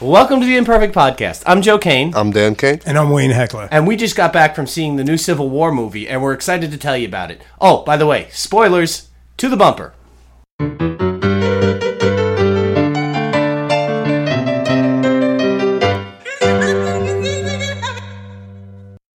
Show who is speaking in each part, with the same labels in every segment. Speaker 1: Welcome to the Imperfect Podcast. I'm Joe Kane,
Speaker 2: I'm Dan Kane.
Speaker 3: And I'm Wayne Heckler.
Speaker 1: and we just got back from seeing the new Civil War movie, and we're excited to tell you about it. Oh, by the way, spoilers to the bumper.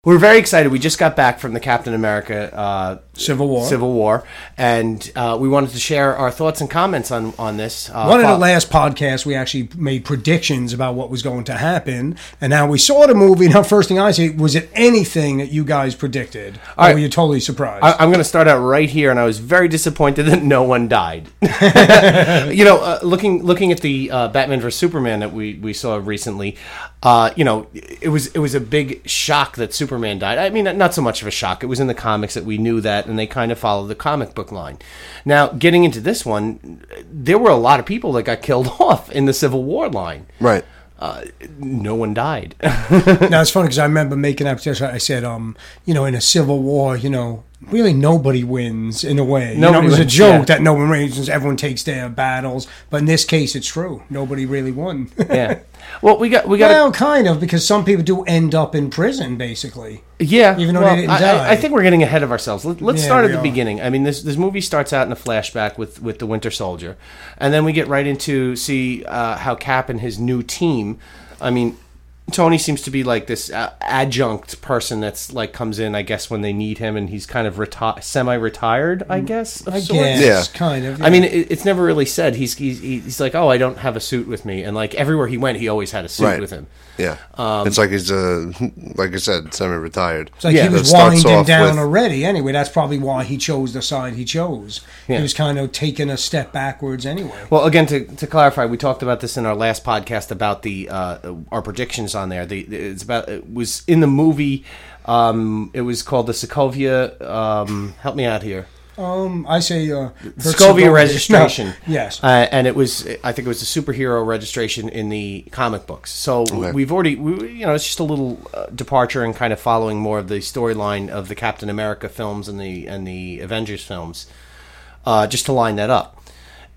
Speaker 1: We're very excited. We just got back from the Captain America uh,
Speaker 3: Civil War.
Speaker 1: Civil War, and uh, we wanted to share our thoughts and comments on on this. Uh,
Speaker 3: One of the
Speaker 1: fo-
Speaker 3: last podcasts, we actually made predictions about what was going to happen and how we saw the movie. Now, first thing I say, was it anything that you guys predicted? Or
Speaker 1: right.
Speaker 3: were you totally surprised?
Speaker 1: I, I'm going to start out right here, and I was very disappointed that no one died. you know, uh, looking looking at the uh, Batman vs Superman that we, we saw recently, uh, you know, it was it was a big shock that Superman died. I mean, not so much of a shock. It was in the comics that we knew that, and they kind of followed the comic book line. Now, getting into this one, there were a lot of people that got killed off in the Civil War line.
Speaker 2: Right.
Speaker 1: No one died.
Speaker 3: now, it's funny because I remember making that prediction. I said, um, you know, in a civil war, you know, really nobody wins in a way. you know,
Speaker 1: Nobody
Speaker 3: it was
Speaker 1: wins,
Speaker 3: a joke
Speaker 1: yeah.
Speaker 3: that no one wins. Everyone takes their battles. But in this case, it's true. Nobody really won.
Speaker 1: yeah. Well, we got we got.
Speaker 3: well, kind of, because some people do end up in prison, basically.
Speaker 1: Yeah,
Speaker 3: Even though
Speaker 1: well,
Speaker 3: they didn't
Speaker 1: I, I-
Speaker 3: die.
Speaker 1: I think we're getting ahead of ourselves. Let, let's
Speaker 3: Yeah,
Speaker 1: start at
Speaker 3: we
Speaker 1: the
Speaker 3: are.
Speaker 1: beginning. I mean, this this movie starts out in a flashback with with the Winter Soldier, and then we get right into see uh, how Cap and his new team. I mean, Tony seems to be like this uh, adjunct person that's like comes in, I guess, when they need him, and he's kind of reti- semi-retired, I guess. Of
Speaker 3: I
Speaker 1: sorts.
Speaker 3: guess,
Speaker 2: Yeah.
Speaker 3: kind of.
Speaker 1: I mean, it, it's never really said. He's, he's he's like, oh, I don't have a suit with me, and like everywhere he went, he always had a suit
Speaker 2: Right.
Speaker 1: with him.
Speaker 2: Yeah.
Speaker 1: Um,
Speaker 2: it's like he's uh, like I said, semi-retired.
Speaker 3: It's like
Speaker 1: Yeah,
Speaker 3: he
Speaker 2: it
Speaker 3: was
Speaker 2: starts
Speaker 3: winding
Speaker 2: off
Speaker 3: down
Speaker 2: with-
Speaker 3: already. Anyway, that's probably why he chose the side he chose.
Speaker 1: Yeah.
Speaker 3: He was kind of taking a step backwards anyway.
Speaker 1: Well, again, to, to clarify, we talked about this in our last podcast about the uh, our predictions on there. The, it's about it was in the movie. Um, it was called the Sokovia. Um, help me out here.
Speaker 3: Um, I say uh,
Speaker 1: Sokovia
Speaker 3: Herzegovina-
Speaker 1: registration.
Speaker 3: No, yes,
Speaker 1: uh, and it was. I think it was the superhero registration in the comic books. So we've already, we, you know, it's just a little uh, departure and kind of following more of the storyline of the Captain America films and the and the Avengers films, uh, just to line that up.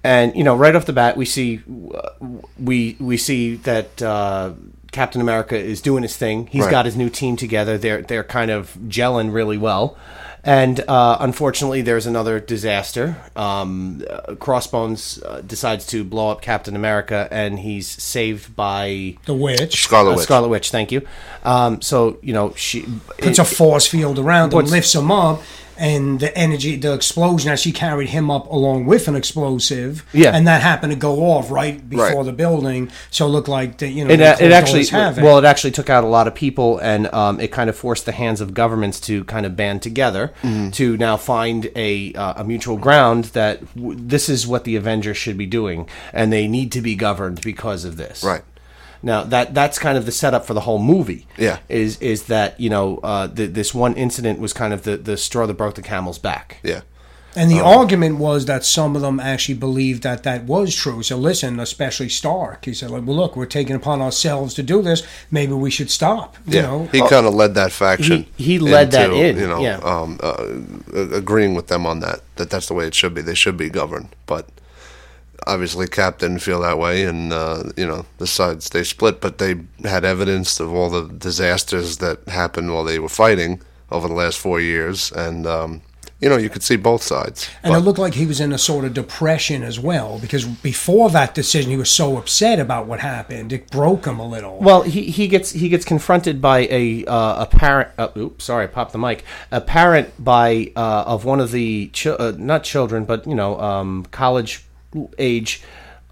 Speaker 1: And you know, right off the bat, we see uh, we we see that. Uh, Captain America is doing his thing. He's
Speaker 2: Right.
Speaker 1: got his new team together. They're they're kind of gelling really well, and uh, unfortunately, there's another disaster. Um, uh, Crossbones uh, decides to blow up Captain America, and he's saved by
Speaker 3: the witch
Speaker 2: Scarlet
Speaker 1: uh,
Speaker 2: Witch.
Speaker 1: Scarlet Witch. Thank you. Um, so you know she.
Speaker 3: puts a force field around him,
Speaker 1: What's-
Speaker 3: lifts him up, and the energy, the explosion as she carried him up along with an explosive.
Speaker 1: Yeah.
Speaker 3: and that happened to go off right before
Speaker 2: Right.
Speaker 3: the building, so it looked like the, you know
Speaker 1: it,
Speaker 3: they
Speaker 1: uh, it
Speaker 3: caused all
Speaker 1: actually
Speaker 3: this havoc.
Speaker 1: well it actually took out a lot of people and um, it kind of forced the hands of governments to kind of band together to now find a uh, a mutual ground that w- this is what the avengers should be doing and they need to be governed because of this
Speaker 2: Right.
Speaker 1: now that that's kind of the setup for the whole movie
Speaker 2: Yeah.
Speaker 1: is is that you know uh, th this one incident was kind of the the straw that broke the camel's back
Speaker 2: Yeah.
Speaker 3: And the
Speaker 2: Oh.
Speaker 3: argument was that some of them actually believed that that was true. So listen, especially Stark, he said, like, "Well, look, we're taking upon ourselves to do this. Maybe we should stop." You
Speaker 2: Yeah.
Speaker 3: know,
Speaker 2: he kind of led that faction.
Speaker 1: oh. he led that in,
Speaker 2: You know,
Speaker 1: yeah.
Speaker 2: um, uh, uh, agreeing with them on that that that's the way it should be. They should be governed, but. Obviously, Cap didn't feel that way, and uh, you know the sides they split. But they had evidence of all the disasters that happened while they were fighting over the last four years, and um, you know you could see both sides.
Speaker 3: and
Speaker 2: but-
Speaker 3: it looked like he was in a sort of depression as well because before that decision, he was so upset about what happened. It broke him a little.
Speaker 1: Well, he, he gets he gets confronted by a uh, a parent. Uh, oops, sorry, I popped the mic. A parent by uh, of one of the chi- uh, not children, but you know, um, college age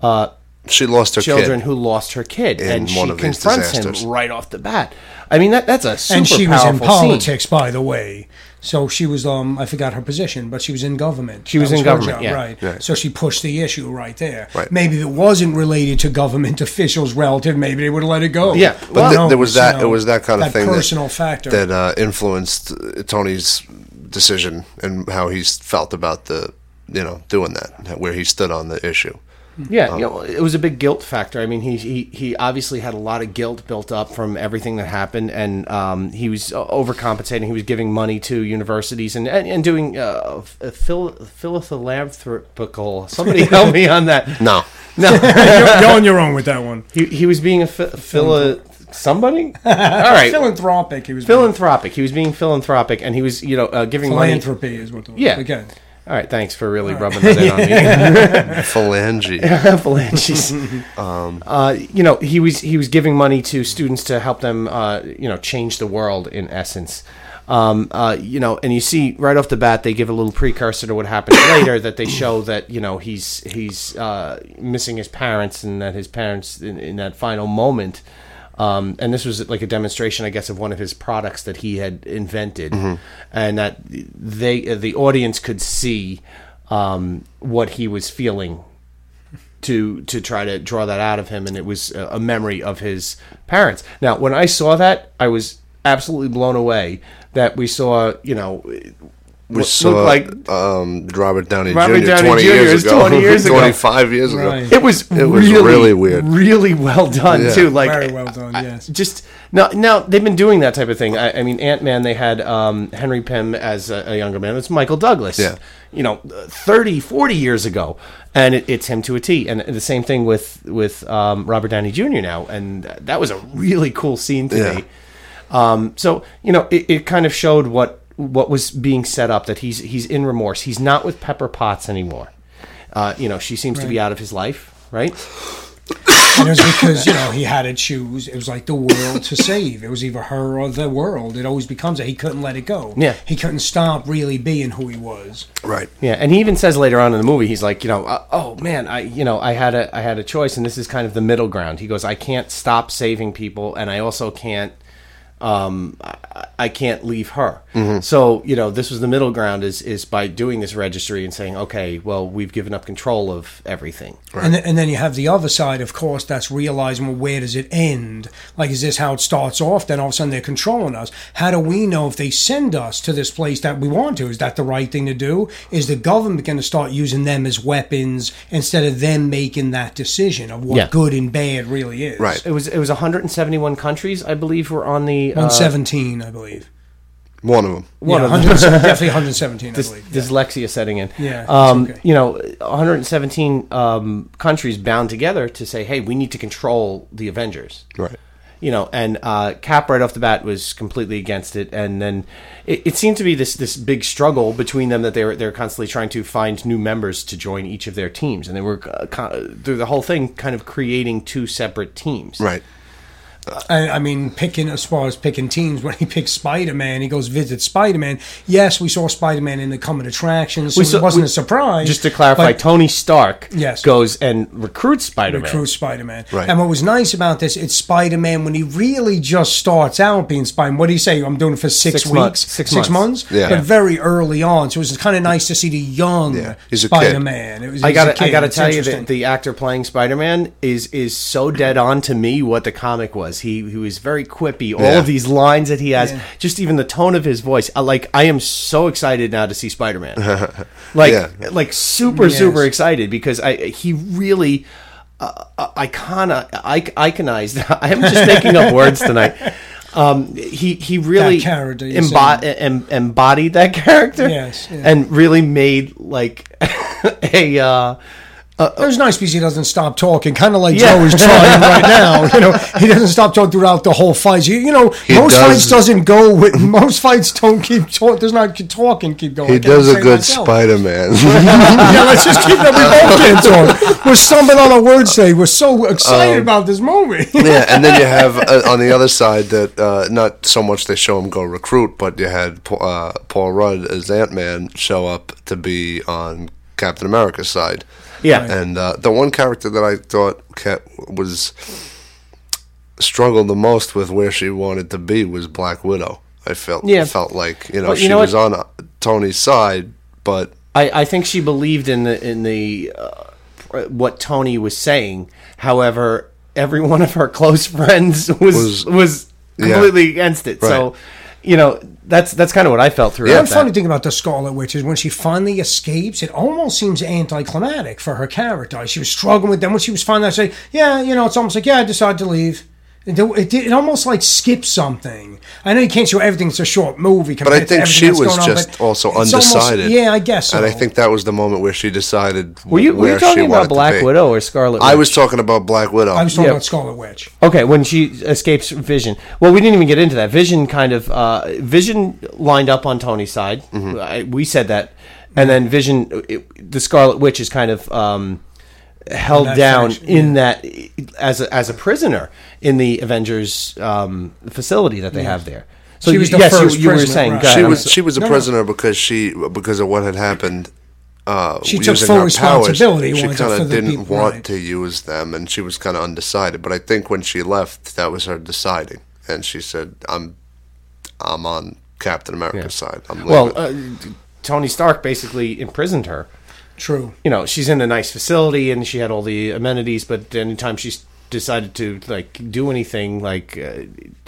Speaker 1: uh,
Speaker 2: she lost her
Speaker 1: children
Speaker 2: kid.
Speaker 1: who lost her kid, and she
Speaker 2: one of these
Speaker 1: confronts
Speaker 2: disasters.
Speaker 1: him right off the bat. I mean, that that's a super
Speaker 3: and she was in
Speaker 1: powerful scene.
Speaker 3: politics, by the way. So she was, um, I forgot her position, but she was in government. She
Speaker 1: was in government, yeah.
Speaker 3: right?
Speaker 2: Right.
Speaker 3: So she pushed the issue right there.
Speaker 2: Right.
Speaker 3: Maybe if it wasn't related to government officials, relative. Maybe they would have let it go.
Speaker 1: Yeah,
Speaker 2: But
Speaker 1: Well,
Speaker 2: th-
Speaker 3: no,
Speaker 2: there was
Speaker 3: you
Speaker 2: that.
Speaker 3: know,
Speaker 2: it was that kind of
Speaker 3: that
Speaker 2: thing
Speaker 3: personal
Speaker 2: that,
Speaker 3: factor.
Speaker 2: that uh, influenced uh, Tony's decision and how he s- felt about the you know doing that, where he stood on the issue.
Speaker 1: Yeah, you know, it was a big guilt factor. I mean, he, he he obviously had a lot of guilt built up from everything that happened, and um, he was uh, overcompensating. He was giving money to universities and and, and doing uh, phil- philanthropical. Somebody help me on that.
Speaker 2: No,
Speaker 1: No,
Speaker 3: you're, you're on your own with that one.
Speaker 1: he, he was being a phi- phila somebody. All right,
Speaker 3: Philanthropic. He was
Speaker 1: philanthropic. He was being philanthropic, and he was you know uh, giving money.
Speaker 3: philanthropy is what the
Speaker 1: Yeah.
Speaker 3: Again,
Speaker 1: All right, thanks for really rubbing that in on me.
Speaker 2: Phalange.
Speaker 1: Phalanges. uh, you know, he was he was giving money to students to help them, uh, you know, change the world in essence. Um, uh, you know, and you see right off the bat they give a little precursor to what happens later that they show that you know he's he's uh, missing his parents and that his parents in, in that final moment. Um, and this was like a demonstration, I guess, of one of his products that he had invented, and that they uh, the audience could see um, what he was feeling to to try to draw that out of him, and it was a a memory of his parents. Now, when I saw that, I was absolutely blown away that we saw you know
Speaker 2: We saw
Speaker 1: like
Speaker 2: um, Robert Downey
Speaker 1: Robert
Speaker 2: Jr.
Speaker 1: Downey
Speaker 2: 20
Speaker 1: Jr.
Speaker 2: years
Speaker 1: is
Speaker 2: ago.
Speaker 1: 20 years ago.
Speaker 2: 25 years ago.
Speaker 3: Right.
Speaker 1: it was
Speaker 2: It was really weird.
Speaker 1: really well done
Speaker 2: Yeah.
Speaker 1: too. Like
Speaker 3: very well done. Yes.
Speaker 1: just now now they've been doing that type of thing. I, I mean, Ant Man they had um, Henry Pym as a, a younger man. It's Michael Douglas.
Speaker 2: Yeah.
Speaker 1: You know, 30, 40 years ago, and it, it's him to a T. And the same thing with with um, Robert Downey Jr. now, and that was a really cool scene to
Speaker 2: Yeah.
Speaker 1: me. Um, so you know, it, it kind of showed what what was being set up that he's he's in remorse. He's not with Pepper Potts anymore. Uh, you know, she seems to be out of his life, right?
Speaker 3: And it was because you know he had to choose. It was like the world to save. It was either her or the world. It always becomes that he couldn't let it go.
Speaker 1: Yeah.
Speaker 3: he couldn't stop really being who he was.
Speaker 2: Right.
Speaker 1: Yeah, and he even says later on in the movie, he's like, you know, uh, oh man, I, you know, I had a, I had a choice, and this is kind of the middle ground. He goes, I can't stop saving people, and I also can't, um, I, I can't leave her. So you know, this was the middle ground is is by doing this registry and saying, okay, well, we've given up control of everything.
Speaker 3: And, th- and then you have the other side, of course, that's realizing, well, where does it end? Like, is this how it starts off? Then all of a sudden they're controlling us. How do we know if they send us to this place that we want to? Is that the right thing to do? Is the government going to start using them as weapons instead of them making that decision of what
Speaker 1: Yeah.
Speaker 3: good and bad really is?
Speaker 2: Right.
Speaker 1: It was it was 171 countries, I believe, were on the uh,
Speaker 3: 117, I believe.
Speaker 2: One of them.
Speaker 1: one
Speaker 3: yeah,
Speaker 1: of them.
Speaker 3: 100 definitely 117, I believe.
Speaker 1: dyslexia setting in.
Speaker 3: Yeah, it's
Speaker 1: um,
Speaker 3: okay.
Speaker 1: you know, 117 um, countries bound together to say, "Hey, we need to control the Avengers."
Speaker 2: Right.
Speaker 1: You know, and uh, Cap right off the bat was completely against it, and then it, it seemed to be this this big struggle between them that they were they're constantly trying to find new members to join each of their teams, and they were uh, co- through the whole thing kind of creating two separate teams.
Speaker 2: Right.
Speaker 3: I, I mean, picking as far as picking teams, when he picks Spider Man, he goes visit Spider Man. Yes, we saw Spider Man in the coming attractions, so
Speaker 1: We saw-
Speaker 3: it wasn't
Speaker 1: we-
Speaker 3: a surprise.
Speaker 1: Just to clarify,
Speaker 3: but
Speaker 1: Tony Stark
Speaker 3: Yes.
Speaker 1: goes and recruits Spider Man.
Speaker 3: recruit Spider Man.
Speaker 2: Right.
Speaker 3: And what was nice about this, it's Spider Man when he really just starts out being Spider Man. What do you say? I'm doing it for six,
Speaker 1: Six
Speaker 3: weeks,
Speaker 1: months. Six months.
Speaker 2: Yeah.
Speaker 3: But very early on, so it was kind of nice to see the young
Speaker 2: Yeah. He's a kid.
Speaker 3: Spider Man. It was.
Speaker 1: I
Speaker 3: he's a
Speaker 1: gotta, I
Speaker 3: kid.
Speaker 1: gotta
Speaker 3: It's
Speaker 1: tell you
Speaker 3: interesting.
Speaker 1: that the actor playing Spider Man is is so dead on to me what the comic was. He he was very quippy. All
Speaker 2: Yeah.
Speaker 1: of these lines that he has, just even the tone of his voice. I, like I am so excited now to see Spider Man. like
Speaker 2: Yeah.
Speaker 1: like super
Speaker 3: Yes.
Speaker 1: super excited because I he really. Uh, uh, icona, ic- iconized. I am just making up words tonight. Um, he he really
Speaker 3: That character you're
Speaker 1: embo- em- embodied that character,
Speaker 3: Yes, yeah.
Speaker 1: and really made like a uh,
Speaker 3: It was nice because he doesn't stop talking, kind of like
Speaker 1: Yeah.
Speaker 3: Joe is trying right now. You know, he doesn't stop talking throughout the whole fight. You, you know, most
Speaker 2: does-
Speaker 3: fights doesn't go with most fights don't keep talk, does not keep talking, keep going.
Speaker 2: He
Speaker 3: I can't
Speaker 2: does
Speaker 3: say
Speaker 2: a
Speaker 3: it
Speaker 2: good
Speaker 3: myself.
Speaker 2: Spider Man.
Speaker 3: yeah, let's just keep that. We both can't talk. We're stumbling on our words today. We're so excited
Speaker 2: Um,
Speaker 3: about this movie.
Speaker 2: yeah, and then you have uh, on the other side that uh, not so much they show him go recruit, but you had Pa- uh, Paul Rudd as Ant Man show up to be on Captain America's side.
Speaker 1: Yeah.
Speaker 2: and uh, the one character that I thought kept, was struggled the most with where she wanted to be was Black Widow. I felt
Speaker 1: Yeah.
Speaker 2: felt like you know
Speaker 1: Well, you
Speaker 2: she
Speaker 1: know
Speaker 2: was
Speaker 1: what?
Speaker 2: on uh, Tony's side, but
Speaker 1: I, I think she believed in the in the uh, pr- what Tony was saying. However, every one of her close friends was was,
Speaker 2: Was- yeah.
Speaker 1: completely against it. So,
Speaker 2: Right.
Speaker 1: you know, that's that's kind of what I felt throughout.
Speaker 2: Yeah.
Speaker 1: that.
Speaker 3: The funny thing about the Scarlet Witch is when she finally escapes, it almost seems anticlimactic for her character. She was struggling with them when she was finally say, "Yeah, you know, it's almost like yeah, I decided to leave." It, it, did- it almost like skips something. I know you can't show everything; it's a short movie. Compared
Speaker 2: But I
Speaker 3: to
Speaker 2: think
Speaker 3: everything
Speaker 2: she
Speaker 3: that's
Speaker 2: was
Speaker 3: going on,
Speaker 2: just
Speaker 3: but
Speaker 2: also
Speaker 3: it's almost-
Speaker 2: undecided.
Speaker 3: yeah, I guess. So.
Speaker 2: And I think that was the moment where she decided
Speaker 1: Were you, were
Speaker 2: where
Speaker 1: you
Speaker 2: she
Speaker 1: talking
Speaker 2: wanted
Speaker 1: about
Speaker 2: to
Speaker 1: Black
Speaker 2: be.
Speaker 1: Widow or Scarlet?
Speaker 2: I
Speaker 1: Witch?
Speaker 2: was talking about Black Widow.
Speaker 3: I was talking
Speaker 1: yeah.
Speaker 3: about Scarlet Witch.
Speaker 1: Okay, when she escapes Vision. Well, we didn't even get into that. Vision kind of uh, Vision lined up on Tony's side.
Speaker 3: Mm-hmm.
Speaker 1: I, we said that, and then Vision, it, the Scarlet Witch, is kind of um, held
Speaker 3: that
Speaker 1: down
Speaker 3: section,
Speaker 1: in that as a, as a prisoner in the Avengers um, facility that they have there. So
Speaker 3: She
Speaker 1: you-
Speaker 3: was the
Speaker 1: yes,
Speaker 3: first
Speaker 1: you, you were
Speaker 3: prisoner,
Speaker 1: saying
Speaker 3: right.
Speaker 1: go ahead,
Speaker 2: she
Speaker 1: I'm
Speaker 2: was
Speaker 1: so-
Speaker 2: she was a
Speaker 3: no.
Speaker 2: prisoner because she because of what had happened. Uh,
Speaker 3: She took
Speaker 2: using
Speaker 3: full
Speaker 2: her
Speaker 3: responsibility
Speaker 2: Powers, she
Speaker 3: once for
Speaker 2: kind of
Speaker 3: the
Speaker 2: didn't
Speaker 3: people,
Speaker 2: want
Speaker 3: right.
Speaker 2: to use them, and she was kind of undecided. But I think when she left, that was her deciding, and she said, "I'm, I'm on Captain America's side. I'm
Speaker 1: well.
Speaker 2: leaving."
Speaker 1: Uh, Tony Stark basically imprisoned her.
Speaker 3: True.
Speaker 1: you know, she's in a nice facility and she had all the amenities, but anytime she s- decided to like do anything, like uh,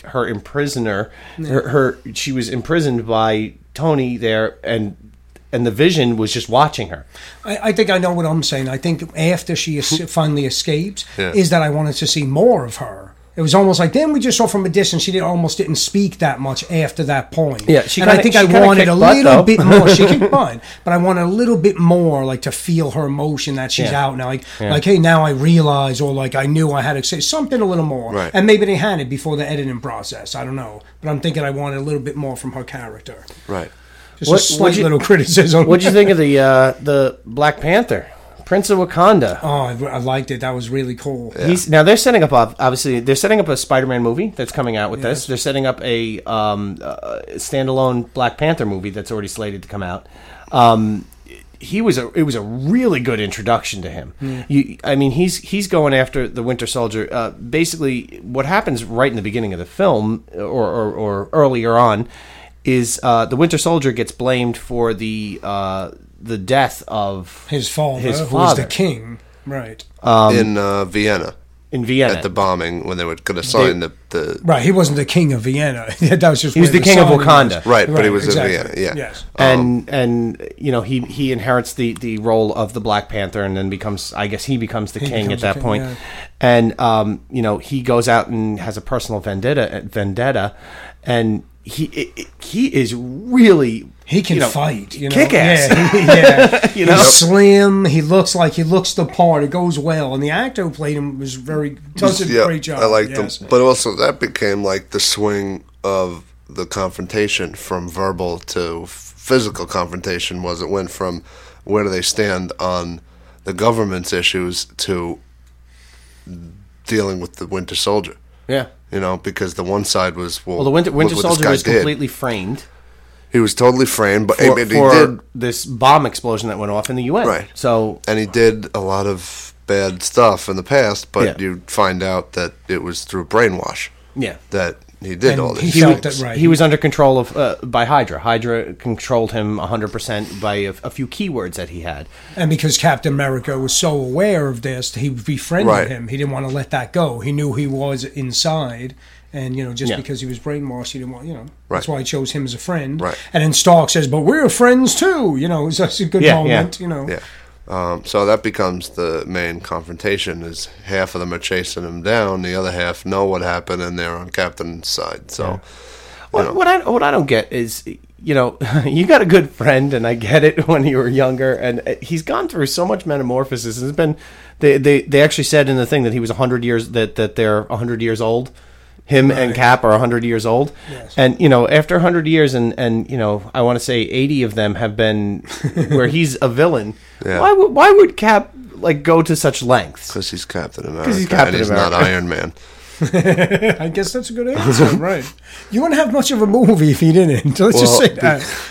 Speaker 1: her imprisoner, her, her she was imprisoned by Tony there, and and the Vision was just watching her.
Speaker 3: I, I think I know what I'm saying. I think after she es- finally escapes,
Speaker 2: Yeah.
Speaker 3: is that I wanted to see more of her. It was almost like then we just saw from a distance. She did, almost didn't speak that much after that point.
Speaker 1: Yeah, she
Speaker 3: and I
Speaker 1: kinda-
Speaker 3: think
Speaker 1: she
Speaker 3: I
Speaker 1: kinda
Speaker 3: wanted a
Speaker 1: kicked butt,
Speaker 3: little
Speaker 1: though.
Speaker 3: bit more. She kicked butt, but I wanted a little bit more, like to feel her emotion that she's
Speaker 1: Yeah.
Speaker 3: out now. Like, like hey, now I realize, or like I knew I had to say something a little more.
Speaker 2: Right.
Speaker 3: And maybe they had it before the editing process. I don't know, but I'm thinking I wanted a little bit more from her character.
Speaker 2: right.
Speaker 3: Just
Speaker 1: What-
Speaker 3: a slight
Speaker 1: what'd you-
Speaker 3: little criticism.
Speaker 1: What would you think of the uh, the Black Panther, Prince of Wakanda?
Speaker 3: Oh, I, I liked it. That was really cool.
Speaker 1: He's, now they're setting up ob- obviously they're setting up a Spider-Man movie that's coming out with this. They're setting up a um, uh, standalone Black Panther movie that's already slated to come out. Um, he was a it was a really good introduction to him. You, I mean he's he's going after the Winter Soldier. Uh, basically, what happens right in the beginning of the film or or, or earlier on is uh, the Winter Soldier gets blamed for the uh, the death of
Speaker 3: his father,
Speaker 1: His
Speaker 3: who was the
Speaker 1: father.
Speaker 3: king, right?
Speaker 1: um,
Speaker 2: in uh, Vienna
Speaker 1: in Vienna
Speaker 2: at the bombing when they were going to sign the, the
Speaker 3: right, he wasn't the king of Vienna. that was just he
Speaker 1: was the king of Wakanda.
Speaker 2: Right, but he was in Vienna, yeah.
Speaker 3: Yes.
Speaker 1: and
Speaker 3: Um,
Speaker 1: and you know he he inherits the the role of the Black Panther and then becomes I guess he becomes the king
Speaker 3: becomes
Speaker 1: at
Speaker 3: the
Speaker 1: that
Speaker 3: king,
Speaker 1: point.
Speaker 3: yeah.
Speaker 1: and um you know he goes out and has a personal vendetta vendetta, and he it, it- he is really
Speaker 3: He can
Speaker 1: you know,
Speaker 3: fight. You know?
Speaker 1: kick ass.
Speaker 3: Yeah, yeah.
Speaker 1: You know?
Speaker 3: He's slim. He looks like he looks the part. It goes well, and the actor who played him was very does a
Speaker 2: Yeah,
Speaker 3: great job.
Speaker 2: I liked
Speaker 3: yes.
Speaker 2: them, but also that became like the swing of the confrontation from verbal to f- physical confrontation. Was it went from where do they stand on the government's issues to dealing with the Winter Soldier?
Speaker 1: yeah.
Speaker 2: You know, because the one side was well,
Speaker 1: Well, the Winter
Speaker 2: look
Speaker 1: Winter
Speaker 2: what this
Speaker 1: Soldier
Speaker 2: guy
Speaker 1: was
Speaker 2: did.
Speaker 1: completely framed
Speaker 2: He was totally framed, but I
Speaker 1: for,
Speaker 2: mean, he
Speaker 1: for
Speaker 2: did
Speaker 1: this bomb explosion that went off in the UN.
Speaker 2: Right.
Speaker 1: So
Speaker 2: and he did a lot of bad stuff in the past, but
Speaker 1: Yeah.
Speaker 2: you find out that it was through brainwash
Speaker 1: yeah.
Speaker 2: that he did
Speaker 3: And
Speaker 2: all
Speaker 3: he
Speaker 2: this.
Speaker 3: felt that right.
Speaker 1: He was under control of uh, by Hydra. Hydra controlled him 100% by a, a few keywords that he had.
Speaker 3: And because Captain America was so aware of this, he befriended
Speaker 2: Right.
Speaker 3: him. He didn't want to let that go. He knew he was inside. And, you know, just
Speaker 1: Yeah.
Speaker 3: because he was brainwashed, he didn't want, you know,
Speaker 2: Right.
Speaker 3: that's why he chose him as a friend.
Speaker 2: Right.
Speaker 3: And then Stark says, but we're friends too. You know, it's such a good
Speaker 1: Yeah,
Speaker 3: moment,
Speaker 1: yeah.
Speaker 3: you know.
Speaker 2: Yeah. Um, so that becomes the main confrontation is half of them are chasing him down, the other half know what happened and they're on Captain's side. So
Speaker 1: What, what I what I don't get is, you know, you got a good friend, and I get it when you were younger, and uh, he's gone through so much metamorphosis. It's been they they, they actually said in the thing that he was hundred years that that they're hundred years old. Him and Cap are hundred years old,
Speaker 3: Yes.
Speaker 1: and you know after hundred years, and and you know I want to say eighty of them have been where he's a villain.
Speaker 2: Yeah.
Speaker 1: Why would why would Cap like go to such lengths?
Speaker 2: because he's Captain America
Speaker 1: he's Captain
Speaker 2: and he's not
Speaker 1: America.
Speaker 2: Iron Man.
Speaker 3: I guess that's a good answer, right? You wouldn't have much of a movie if he didn't. Let's just
Speaker 2: Well,
Speaker 3: say that.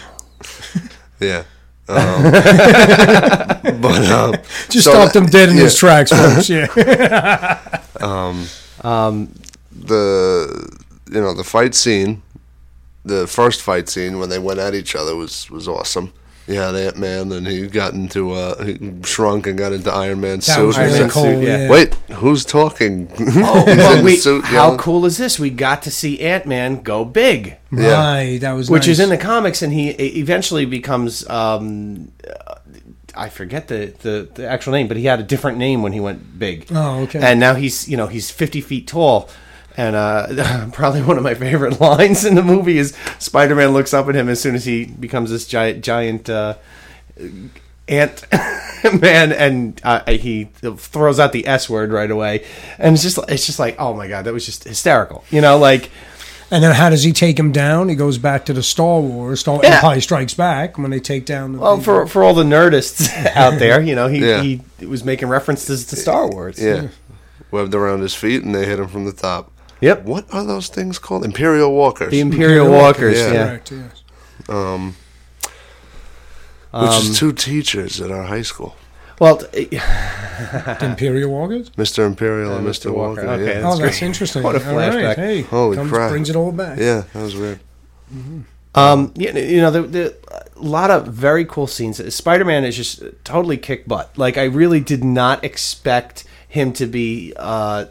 Speaker 2: Yeah. Um, but um,
Speaker 3: Just
Speaker 2: so
Speaker 3: stopped him dead in
Speaker 2: yeah.
Speaker 3: his tracks, folks. Yeah.
Speaker 2: the you know the fight scene, the first fight scene when they went at each other was was awesome. You had Ant Man and he got into uh, he shrunk and got into Iron Man's
Speaker 3: That
Speaker 2: suit.
Speaker 3: was
Speaker 2: and
Speaker 3: really
Speaker 2: he's like,
Speaker 1: Man's suit,
Speaker 3: cool.
Speaker 1: yeah.
Speaker 3: yeah.
Speaker 2: Wait, who's talking?
Speaker 1: Oh,
Speaker 2: He's
Speaker 1: well,
Speaker 2: in
Speaker 1: we-
Speaker 2: the suit
Speaker 1: how
Speaker 2: yelling.
Speaker 1: cool is this? We got to see Ant Man go big.
Speaker 2: Yeah.
Speaker 3: Right. That was
Speaker 1: which is
Speaker 3: nice.
Speaker 1: in the comics, and he e- eventually becomes. Um, uh, I forget the, the, the actual name, but he had a different name when he went big.
Speaker 3: Oh, okay.
Speaker 1: And now he's you know he's fifty feet tall, And uh, probably one of my favorite lines in the movie is Spider Man looks up at him as soon as he becomes this giant, giant uh, ant man, and uh, he throws out the S word right away. And it's just, it's just like, oh my god, that was just hysterical. You know, like
Speaker 3: And then how does he take him down? He goes back to the Star Wars, Star
Speaker 1: Yeah.
Speaker 3: Empire Strikes Back when they take down. The
Speaker 1: Well, for for all the nerdists out there, you know, he,
Speaker 2: Yeah.
Speaker 1: he was making references to Star Wars.
Speaker 2: Yeah. Webbed around his feet and they hit him from the top.
Speaker 1: Yep.
Speaker 2: What are those things called? Imperial Walkers.
Speaker 1: The Imperial Walkers.
Speaker 2: Yeah.
Speaker 1: Yeah.
Speaker 3: correct, yes.
Speaker 2: which
Speaker 1: um,
Speaker 2: is two teachers at our high school.
Speaker 1: Well, t-
Speaker 3: The Imperial Walkers.
Speaker 2: Mr. Imperial and
Speaker 1: Mr.
Speaker 2: Mr. Walker.
Speaker 1: Walker, okay.
Speaker 2: Yeah.
Speaker 3: Oh,
Speaker 1: That's
Speaker 3: that's
Speaker 1: great.
Speaker 3: interesting.
Speaker 1: What a
Speaker 3: All right,
Speaker 1: flashback.
Speaker 3: Hey,
Speaker 2: Holy
Speaker 3: Oh, comes-
Speaker 2: crap.
Speaker 3: Brings it all back.
Speaker 2: yeah, that was weird.
Speaker 1: um, you, you know, the, the, a lot of very cool scenes. Spider Man is just totally kick butt. Like I really did not expect him to be uh,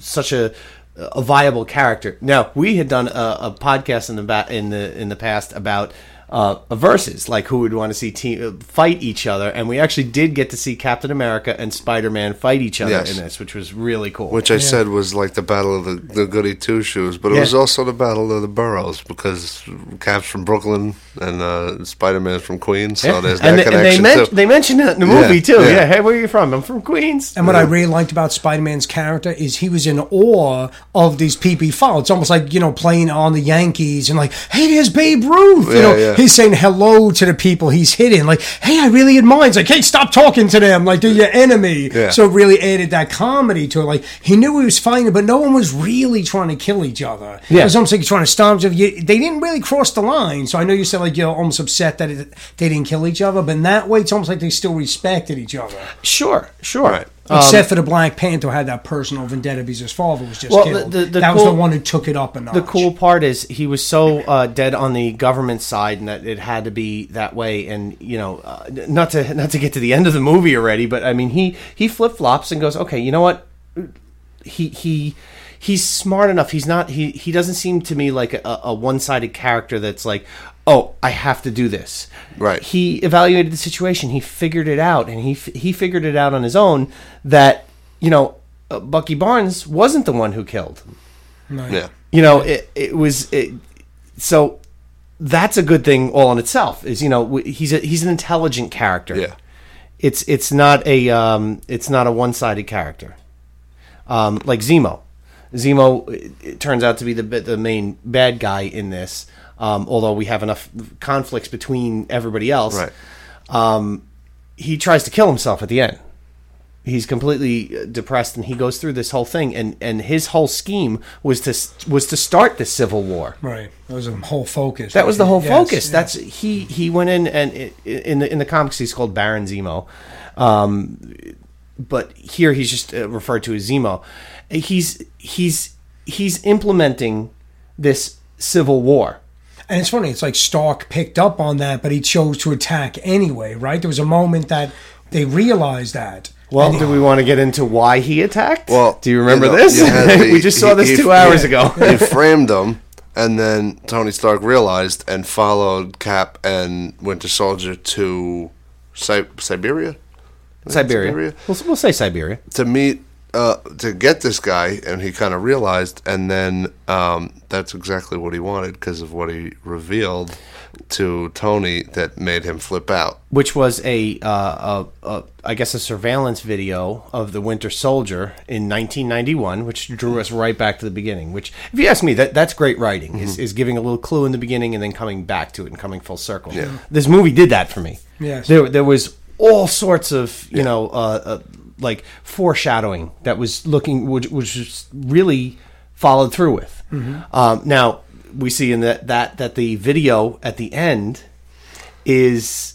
Speaker 1: such a a viable character. Now we had done a, a podcast in the ba- in the in the past about. Uh, versus like who would want to see team fight each other, and we actually did get to see Captain America and Spider Man fight each other
Speaker 2: Yes.
Speaker 1: in this, which was really cool.
Speaker 2: Which I said was like the battle of the, the goody two shoes, but it
Speaker 1: Yeah.
Speaker 2: was also the battle of the boroughs because Cap's from Brooklyn and uh, Spider Man's from Queens, so
Speaker 1: Yeah.
Speaker 2: oh, there's that
Speaker 1: and they, and they,
Speaker 2: connection
Speaker 1: men-
Speaker 2: too.
Speaker 1: they mentioned it in the
Speaker 2: Yeah,
Speaker 1: movie too.
Speaker 2: yeah.
Speaker 1: Yeah. hey, where are you from? I'm from Queens.
Speaker 3: And what I really liked about Spider Man's character is he was in awe of these people he followed. It's almost like, you know, playing on the Yankees and like, hey, there's Babe Ruth. you
Speaker 2: Yeah,
Speaker 3: know,
Speaker 2: yeah.
Speaker 3: he's saying hello to the people he's hitting. Like, hey, I really admire. It's like, hey, stop talking to them. Like, they're your enemy.
Speaker 2: Yeah.
Speaker 3: So it really added that comedy to it. Like, he knew he was fighting, but no one was really trying to kill each other.
Speaker 1: Yeah.
Speaker 3: It was almost like you're trying to stop each other. You- They didn't really cross the line. So I know you said, like, you're almost upset that it, they didn't kill each other, but in that way, it's almost like they still respected each other.
Speaker 1: Sure, sure.
Speaker 2: Right.
Speaker 3: Except for the Black Panther had that personal vendetta because his father was just
Speaker 1: Um, Well,
Speaker 3: killed.
Speaker 1: the- the- the
Speaker 3: that was
Speaker 1: cool-
Speaker 3: the one who took it up a notch.
Speaker 1: The cool part is he was so uh, dead on the government side, and that it had to be that way. And you know, uh, not to not to get to the end of the movie already, but I mean, he he flip flops and goes, okay, you know what? He he. He's smart enough. He's not. He he doesn't seem to me like a, a one sided character that's like, oh, I have to do this.
Speaker 2: Right.
Speaker 1: He evaluated the situation. He figured it out, and he f- he figured it out on his own. That you know, uh, Bucky Barnes wasn't the one who killed
Speaker 2: yeah.
Speaker 1: you know it, it was it, so that's a good thing all in itself is you know w- he's a, he's an intelligent character
Speaker 2: Yeah.
Speaker 1: it's it's not a um it's not a one-sided character um like zemo zemo it, it turns out to be the bi- the main bad guy in this um although we have enough conflicts between everybody else
Speaker 2: Right.
Speaker 1: he tries to kill himself at the end. He's completely uh, depressed, and he goes through this whole thing. and And his whole scheme was to s- was to start this civil war.
Speaker 3: Right. That was the whole focus.
Speaker 1: That was the whole
Speaker 3: Yes,
Speaker 1: focus.
Speaker 3: yes.
Speaker 1: That's he he went in and i in the in the comics he's called Baron Zemo, um, but here he's just uh, referred to as Zemo. He's he's he's implementing this civil war.
Speaker 3: And it's funny. It's like Stark picked up on that, but he chose to attack anyway, right? There was a moment that they realized that.
Speaker 1: Well, do we want to get into why he attacked?
Speaker 2: Well,
Speaker 1: do you remember
Speaker 2: know,
Speaker 1: this?
Speaker 2: you had the-
Speaker 1: we just saw
Speaker 2: he-
Speaker 1: this
Speaker 2: he-
Speaker 1: two hours ago.
Speaker 2: he framed them, and then Tony Stark realized and followed Cap and Winter Soldier to Si- Siberia.
Speaker 1: Siberia.
Speaker 2: Siberia.
Speaker 1: We'll, we'll say Siberia.
Speaker 2: to meet uh, to get this guy, and he kind of realized, and then um, that's exactly what he wanted because of what he revealed to Tony that made him flip out.
Speaker 1: which was a, uh, a, a I guess a surveillance video of the Winter Soldier in 1991, which drew us right back to the beginning. Which, if you ask me, that that's great writing is, is giving a little clue in the beginning and then coming back to it and coming full circle. This movie did that for me.
Speaker 3: Yes.
Speaker 1: there there was all sorts of you know uh, uh, like foreshadowing that was looking which which was really followed through with. Um, now we see in that that that the video at the end is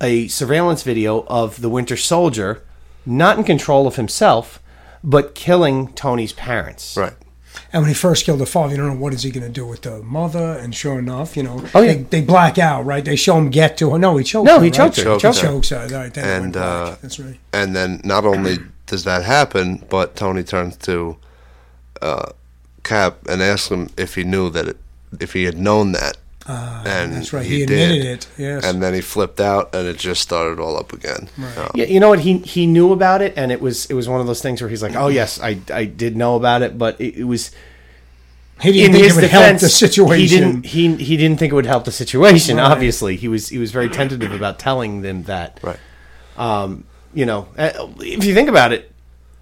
Speaker 1: a surveillance video of the Winter Soldier not in control of himself, but killing Tony's parents.
Speaker 2: Right.
Speaker 3: And when he first killed the father, you don't know what is he going to do with the mother. And sure enough, you know,
Speaker 1: Oh, yeah.
Speaker 3: they, they black out, right? They show him get to her. No, he choked
Speaker 1: No,
Speaker 3: her.
Speaker 1: he
Speaker 3: right?
Speaker 1: choked her. He
Speaker 2: Choked
Speaker 1: choked
Speaker 2: her.
Speaker 1: her.
Speaker 3: Chokes her. Right, then it
Speaker 2: And,
Speaker 3: went black.
Speaker 2: uh,
Speaker 3: That's right.
Speaker 2: And then not only does that happen, but Tony turns to uh, Cap and asks him if he knew that it, if he had known that. and
Speaker 3: Ah, that's right. He admitted it, yes.
Speaker 2: And then he flipped out, and it just started all up again. Uh,
Speaker 1: Yeah, you know what? He he knew about it, and it was it was one of those things where he's like, "Oh yes, I I did know about it," but it, it was
Speaker 3: He didn't
Speaker 1: in
Speaker 3: think
Speaker 1: his
Speaker 3: it would
Speaker 1: defense,
Speaker 3: help the situation.
Speaker 1: he didn't. He, he didn't think it would help the situation. Obviously, he was he was very tentative about telling them that.
Speaker 2: Right.
Speaker 1: You know, uh, if you think about it,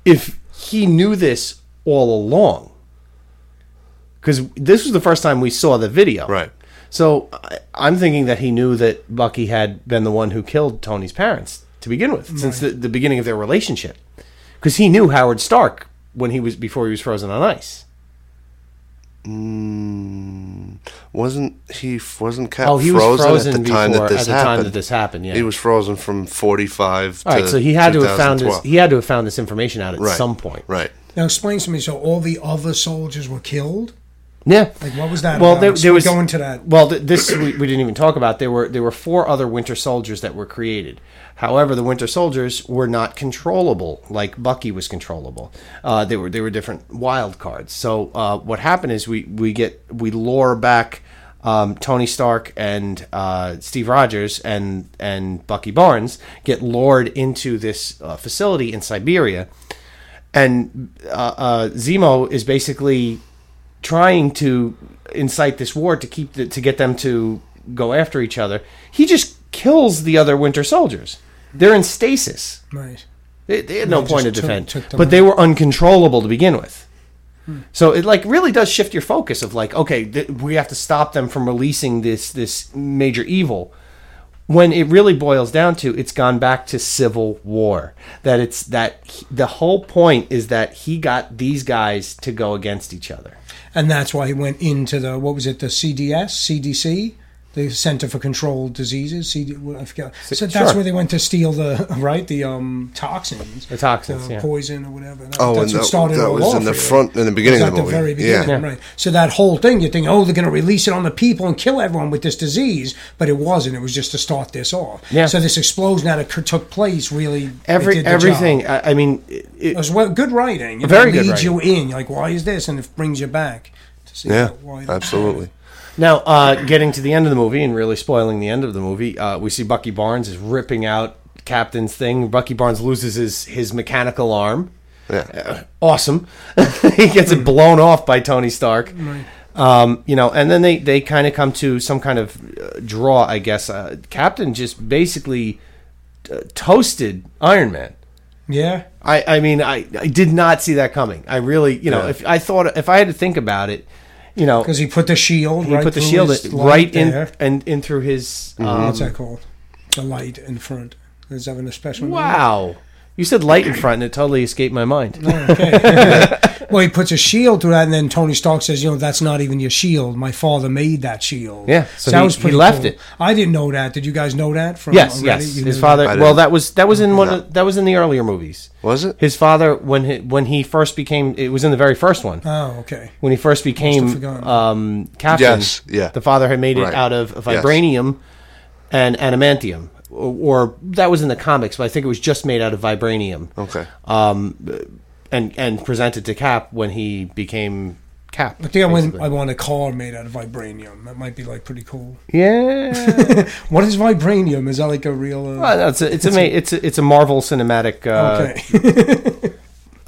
Speaker 1: if he knew this all along, because this was the first time we saw the video.
Speaker 2: Right.
Speaker 1: So I, I'm thinking that he knew that Bucky had been the one who killed Tony's parents to begin with, since the, the beginning of their relationship, because he knew Howard Stark when he was before he was frozen on ice.
Speaker 2: Wasn't he? f- Wasn't Cap
Speaker 1: Oh, he was
Speaker 2: frozen,
Speaker 1: frozen
Speaker 2: at the time
Speaker 1: before-
Speaker 2: that this
Speaker 1: at the time
Speaker 2: happened?
Speaker 1: that this happened, yeah.
Speaker 2: he was frozen from forty-five.
Speaker 1: All
Speaker 2: to
Speaker 1: right, so he had to have found this.
Speaker 2: 2012.
Speaker 1: He had to have found this information out at
Speaker 2: right.
Speaker 1: some point.
Speaker 2: Right.
Speaker 3: Now explain to me. So all the other soldiers were killed.
Speaker 1: Yeah.
Speaker 3: Like what was that?
Speaker 1: well,
Speaker 3: about?
Speaker 1: there,
Speaker 3: So
Speaker 1: there
Speaker 3: we
Speaker 1: was
Speaker 3: go into that.
Speaker 1: Well, th- this we, we didn't even talk about. There were there were four other Winter Soldiers that were created. However, the Winter Soldiers were not controllable like Bucky was controllable. Uh, they were they were different wild cards. So uh, what happened is we we get we lure back um, Tony Stark and uh, Steve Rogers and and Bucky Barnes get lured into this uh, facility in Siberia and uh, uh, Zemo is basically trying to incite this war to keep the, to get them to go after each other. He just kills the other Winter Soldiers. They're in stasis.
Speaker 3: Right.
Speaker 1: They, they had no
Speaker 3: They
Speaker 1: point of
Speaker 3: just took-
Speaker 1: defense,
Speaker 3: took them
Speaker 1: but
Speaker 3: out. Hmm.
Speaker 1: they were uncontrollable to begin with. So it like really does shift your focus of like okay th- we have to stop them from releasing this this major evil when it really boils down to it's gone back to civil war that it's that he- the whole point is that he got these guys to go against each other
Speaker 3: And that's why he went into the what was it? The CDS, CDC, the Center for Controlled Diseases. CD, I forget. So that's
Speaker 1: sure.
Speaker 3: where they went to steal the right the um toxins, the
Speaker 1: toxins, yeah.
Speaker 3: poison or whatever. That,
Speaker 2: Oh, and
Speaker 3: that's what
Speaker 2: that-
Speaker 3: started
Speaker 2: that
Speaker 3: all
Speaker 2: was
Speaker 3: off,
Speaker 2: in the
Speaker 3: really.
Speaker 2: front- in the
Speaker 3: It was
Speaker 2: beginning of
Speaker 3: at
Speaker 2: the
Speaker 3: the very
Speaker 2: movie. Yeah.
Speaker 3: beginning, right? So that whole thing, you think, oh, they're going to release it on the people and kill everyone with this disease, but it wasn't. It was just to start this off.
Speaker 1: Yeah.
Speaker 3: So this explosion that occur- took place really it
Speaker 1: every
Speaker 3: did the job.
Speaker 1: everything I, I mean it,
Speaker 3: It was well, good writing. It
Speaker 1: Very good
Speaker 3: leads you in. You're like, why is this? And it brings you back to see
Speaker 2: Yeah.
Speaker 3: why.
Speaker 2: Absolutely.
Speaker 1: Now, uh, getting to the end of the movie and really spoiling the end of the movie, uh, we see Bucky Barnes is ripping out Captain's thing. Bucky Barnes loses his, his mechanical arm.
Speaker 2: Yeah.
Speaker 1: Uh, awesome. he gets it blown off by Tony Stark. Um, you know, and then they, they kind of come to some kind of uh, draw, I guess. Uh, Captain just basically uh, toasted Iron Man.
Speaker 3: Yeah.
Speaker 1: I, I mean, I, I did not see that coming. I really, you know,
Speaker 2: Yeah.
Speaker 1: if I thought, if I had to think about it, you know,
Speaker 3: Because he put the shield.
Speaker 1: he
Speaker 3: right
Speaker 1: put the
Speaker 3: through
Speaker 1: shield
Speaker 3: his
Speaker 1: in-
Speaker 3: light
Speaker 1: right in
Speaker 3: there. Mm-hmm.
Speaker 1: and in through his. Um,
Speaker 3: What's that called? The light in front. Is having a special. name?
Speaker 1: wow, you said light in front, and it totally escaped my mind.
Speaker 3: Well, he puts a shield through that, and then Tony Stark says, "You know, that's not even your shield. My father made that shield."
Speaker 1: Yeah, so he- he left it.
Speaker 3: I didn't know that. Did you guys know that? From
Speaker 1: yes,
Speaker 3: already?
Speaker 1: yes,
Speaker 3: You
Speaker 1: his
Speaker 3: knew
Speaker 1: father. Well,
Speaker 2: I didn't-
Speaker 1: that was that was in one of, that was in the earlier movies.
Speaker 2: Was it?
Speaker 1: His father when he, when he first became it was in the very first one
Speaker 3: that? Oh, okay.
Speaker 1: when he first became
Speaker 3: forgotten.
Speaker 1: um, captain.
Speaker 2: Yes, yeah.
Speaker 1: The father had made it
Speaker 2: Right.
Speaker 1: out of
Speaker 2: Yes.
Speaker 1: vibranium and adamantium, or, or that was in the comics, but I think it was just made out of vibranium.
Speaker 2: Okay.
Speaker 1: Uh, um, and and presented to Cap when he became Cap.
Speaker 3: I think I, went,
Speaker 1: basically.
Speaker 3: I want a car made out of vibranium. That might be like pretty cool.
Speaker 1: yeah,
Speaker 3: What is vibranium? Is that like a real? Uh,
Speaker 1: well, no, it's a, it's a ma- it's a, it's a Marvel cinematic uh,
Speaker 3: okay.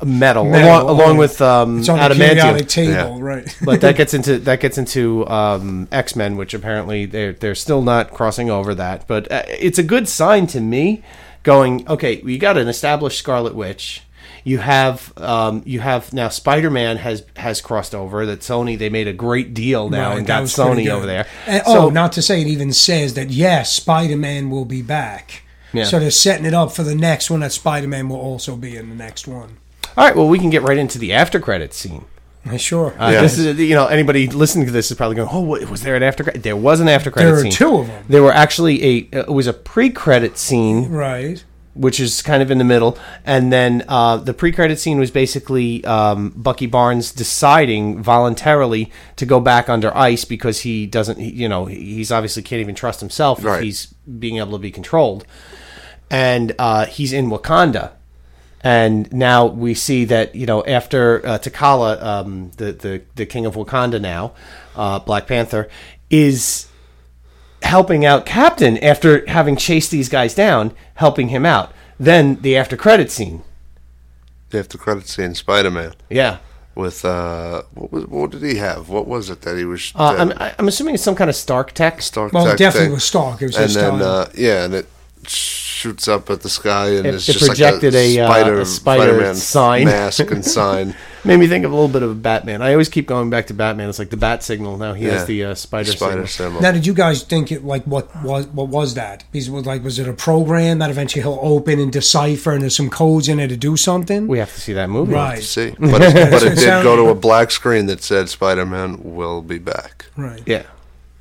Speaker 1: metal,
Speaker 3: Metal,
Speaker 1: along, along
Speaker 3: yeah.
Speaker 1: with um,
Speaker 3: it's on a periodic
Speaker 1: adamantium.
Speaker 3: table, right?
Speaker 1: but that gets into that gets into um, X Men, which apparently they're they're still not crossing over that. But uh, it's a good sign to me. Going okay, you got an established Scarlet Witch. You have um, you have now Spider Man has has crossed over. That Sony they made a great deal now
Speaker 3: Right,
Speaker 1: and
Speaker 3: that
Speaker 1: got
Speaker 3: was pretty
Speaker 1: Sony
Speaker 3: good.
Speaker 1: over there.
Speaker 3: And,
Speaker 1: So-
Speaker 3: oh, not to say it even says that yes, Spider Man will be back.
Speaker 1: Yeah.
Speaker 3: So they're setting it up for the next one that Spider Man will also be in the next one.
Speaker 1: All right, well, we can get right into the after credits scene.
Speaker 3: Sure.
Speaker 1: Uh,
Speaker 2: Yeah.
Speaker 1: This is, you know, anybody listening to this is probably going, "Oh, what, was there an after credit? There was an after credit
Speaker 3: There are
Speaker 1: scene.
Speaker 3: two of 'em.
Speaker 1: There were actually a. It was a pre-credit scene,
Speaker 3: right.
Speaker 1: which is kind of in the middle, and then uh, the pre-credit scene was basically um, Bucky Barnes deciding voluntarily to go back under ice because he doesn't, he, you know, he- he's obviously can't even trust himself if
Speaker 2: Right.
Speaker 1: he's being able to be controlled, and uh, he's in Wakanda. And now we see that you know after uh, T'Challa, um, the, the the king of Wakanda now, uh, Black Panther, is helping out Captain after having chased these guys down, helping him out. Then the after credit scene.
Speaker 2: After credits scene, Spider Man.
Speaker 1: Yeah,
Speaker 2: with uh, what was what did he have? What was it that he was?
Speaker 1: Uh,
Speaker 2: that
Speaker 1: I'm, I- I'm assuming it's some kind of Stark tech.
Speaker 2: Stark
Speaker 3: Well, it
Speaker 2: Tech
Speaker 3: definitely
Speaker 2: thing?
Speaker 3: was Stark. It was
Speaker 2: and
Speaker 3: his
Speaker 2: then
Speaker 3: style.
Speaker 2: uh, yeah, and it shoots up at the sky, and
Speaker 1: It-
Speaker 2: it's
Speaker 1: it
Speaker 2: just
Speaker 1: projected
Speaker 2: like
Speaker 1: a, uh,
Speaker 2: spider,
Speaker 1: a spider
Speaker 2: Spider-Man
Speaker 1: sign.
Speaker 2: mask and sign.
Speaker 1: Made me think of a little bit of Batman. I always keep going back to Batman. It's like the bat signal. Now he
Speaker 2: Yeah.
Speaker 1: has the uh, spider,
Speaker 2: spider
Speaker 1: signal.
Speaker 2: symbol.
Speaker 3: now, did you guys think it like what was what was that? Because it was like was it a program that eventually he'll open and decipher, and there's some codes in there to do something?
Speaker 1: We have to see that movie.
Speaker 3: right,
Speaker 2: See, but it, but it
Speaker 3: It
Speaker 2: did
Speaker 3: sounds-
Speaker 2: go to a black screen that said Spider-Man will be back.
Speaker 3: right.
Speaker 1: Yeah.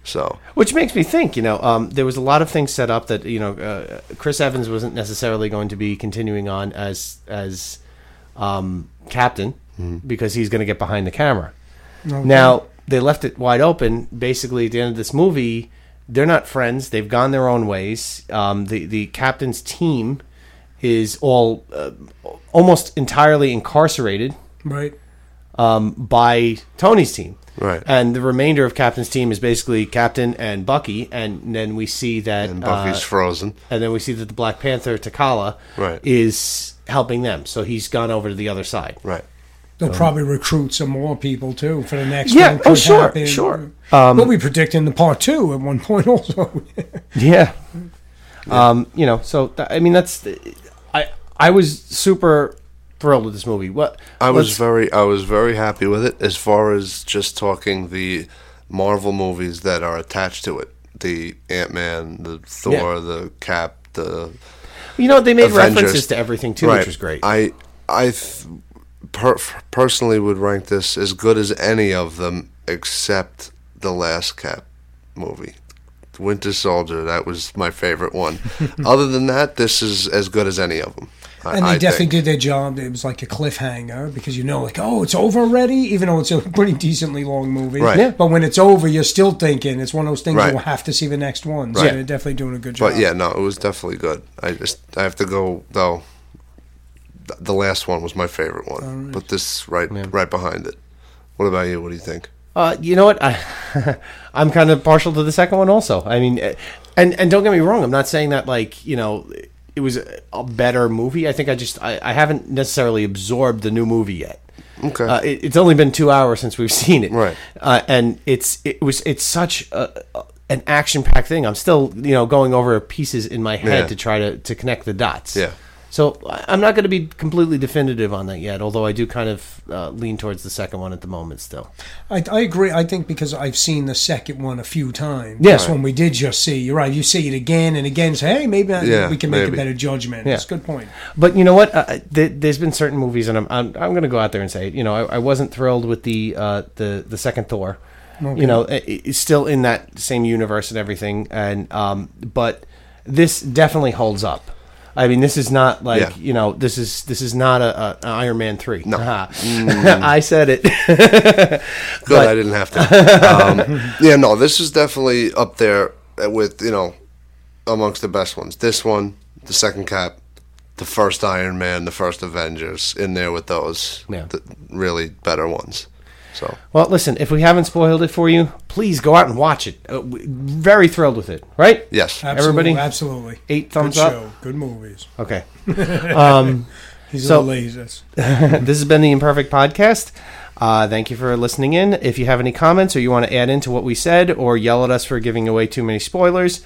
Speaker 2: So
Speaker 1: Which makes me think, you know, um, there was a lot of things set up that you know, uh, Chris Evans wasn't necessarily going to be continuing on as as um, captain because he's going to get behind the camera. Now they left it wide open. Basically, at the end of this movie, they're not friends. They've gone their own ways. Um, the the captain's team is all uh, almost entirely incarcerated
Speaker 3: Right.
Speaker 1: by Tony's team.
Speaker 2: Right.
Speaker 1: And the remainder of Captain's team is basically Captain and Bucky, and then we see that
Speaker 2: and Buffy's
Speaker 1: uh,
Speaker 2: frozen.
Speaker 1: and then we see that the Black Panther T'Challa
Speaker 2: Right.
Speaker 1: is helping them. So he's gone over to the other side.
Speaker 2: Right.
Speaker 3: They'll probably recruit some more people too for the next.
Speaker 1: Yeah,
Speaker 3: one
Speaker 1: oh,
Speaker 3: could
Speaker 1: sure,
Speaker 3: happen.
Speaker 1: sure.
Speaker 2: Um,
Speaker 3: we'll be predicting the part two at one point also.
Speaker 1: Yeah. Um, you know, so th- I mean that's I I was super thrilled with this movie. What
Speaker 2: I was
Speaker 1: let's-
Speaker 2: very I was very happy with it as far as just talking the Marvel movies that are attached to it. The Ant Man, the Thor, the Cap, the
Speaker 1: you know they made
Speaker 2: Avengers.
Speaker 1: references to everything too, which was great.
Speaker 2: I I th- per- personally would rank this as good as any of them except the last Cap movie. Winter Soldier, that was my favorite one. Other than that, this is as good as any of them. I,
Speaker 3: And they
Speaker 2: I
Speaker 3: definitely
Speaker 2: think.
Speaker 3: did their job. It was like a cliffhanger because you know, like, oh, it's over already, even though it's a pretty decently long movie.
Speaker 2: Right. Yeah.
Speaker 3: But when it's over, you're still thinking it's one of those things
Speaker 2: Right.
Speaker 3: you'll have to see the next one. So
Speaker 2: Right.
Speaker 3: they're definitely doing a good job.
Speaker 2: But yeah, no, it was definitely good. I just I have to go though. th- The last one was my favorite one, but this right right behind it. What about you? What do you think?
Speaker 1: Uh, you know what? I, I'm kind of partial to the second one also. I mean, eh, and and don't get me wrong. I'm not saying that like you know it was a a better movie. I think I just I, I haven't necessarily absorbed the new movie yet.
Speaker 2: Okay.
Speaker 1: Uh, it, it's only been two hours since we've seen it,
Speaker 2: Right.
Speaker 1: Uh, and it's it was it's such a, a- an action packed thing. I'm still you know going over pieces in my head
Speaker 2: Yeah.
Speaker 1: to try to to connect the dots.
Speaker 2: Yeah.
Speaker 1: So I- I'm not going to be completely definitive on that yet, although I do kind of uh, lean towards the second one at the moment still.
Speaker 3: I, I agree. I think because I've seen the second one a few times.
Speaker 1: Yeah.
Speaker 3: This one we did just see. You're right. You see it again and again. Say, hey, maybe I,
Speaker 2: Yeah,
Speaker 3: we can make
Speaker 2: maybe.
Speaker 3: a better judgment.
Speaker 1: Yeah.
Speaker 3: That's a good point.
Speaker 1: But you know what? Uh, th- there's been certain movies, and I'm I'm, I'm going to go out there and say, it. you know, I, I wasn't thrilled with the uh, the the second Thor. You know, it, it's still in that same universe and everything, and um, but this definitely holds up. I mean, this is not like
Speaker 2: Yeah.
Speaker 1: you know, this is this is not a, a an Iron Man three. No, I said it.
Speaker 2: Good, I didn't have to. um, yeah, no, this is definitely up there with you know amongst the best ones. This one, the second Cap, the first Iron Man, the first Avengers, in there with those
Speaker 1: Yeah.
Speaker 2: the really better ones. So
Speaker 1: well, listen, if we haven't spoiled it for you, please go out and watch it. Uh, w- very thrilled with it, right?
Speaker 2: yes,
Speaker 3: Absolutely,
Speaker 1: Everybody?
Speaker 3: absolutely.
Speaker 1: Eight thumbs
Speaker 3: good
Speaker 1: up.
Speaker 3: Show, good movies.
Speaker 1: Okay.
Speaker 3: He's
Speaker 1: So-
Speaker 3: a little lazy.
Speaker 1: this has been the imperfect podcast uh, thank you for listening in if you have any comments or you want to add into what we said or yell at us for giving away too many spoilers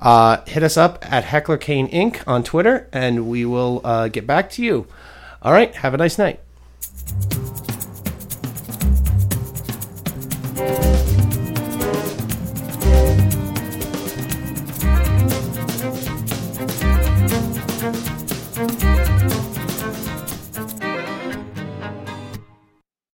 Speaker 1: uh, hit us up at heckler kane inc on twitter and we will uh, get back to you all right have a nice night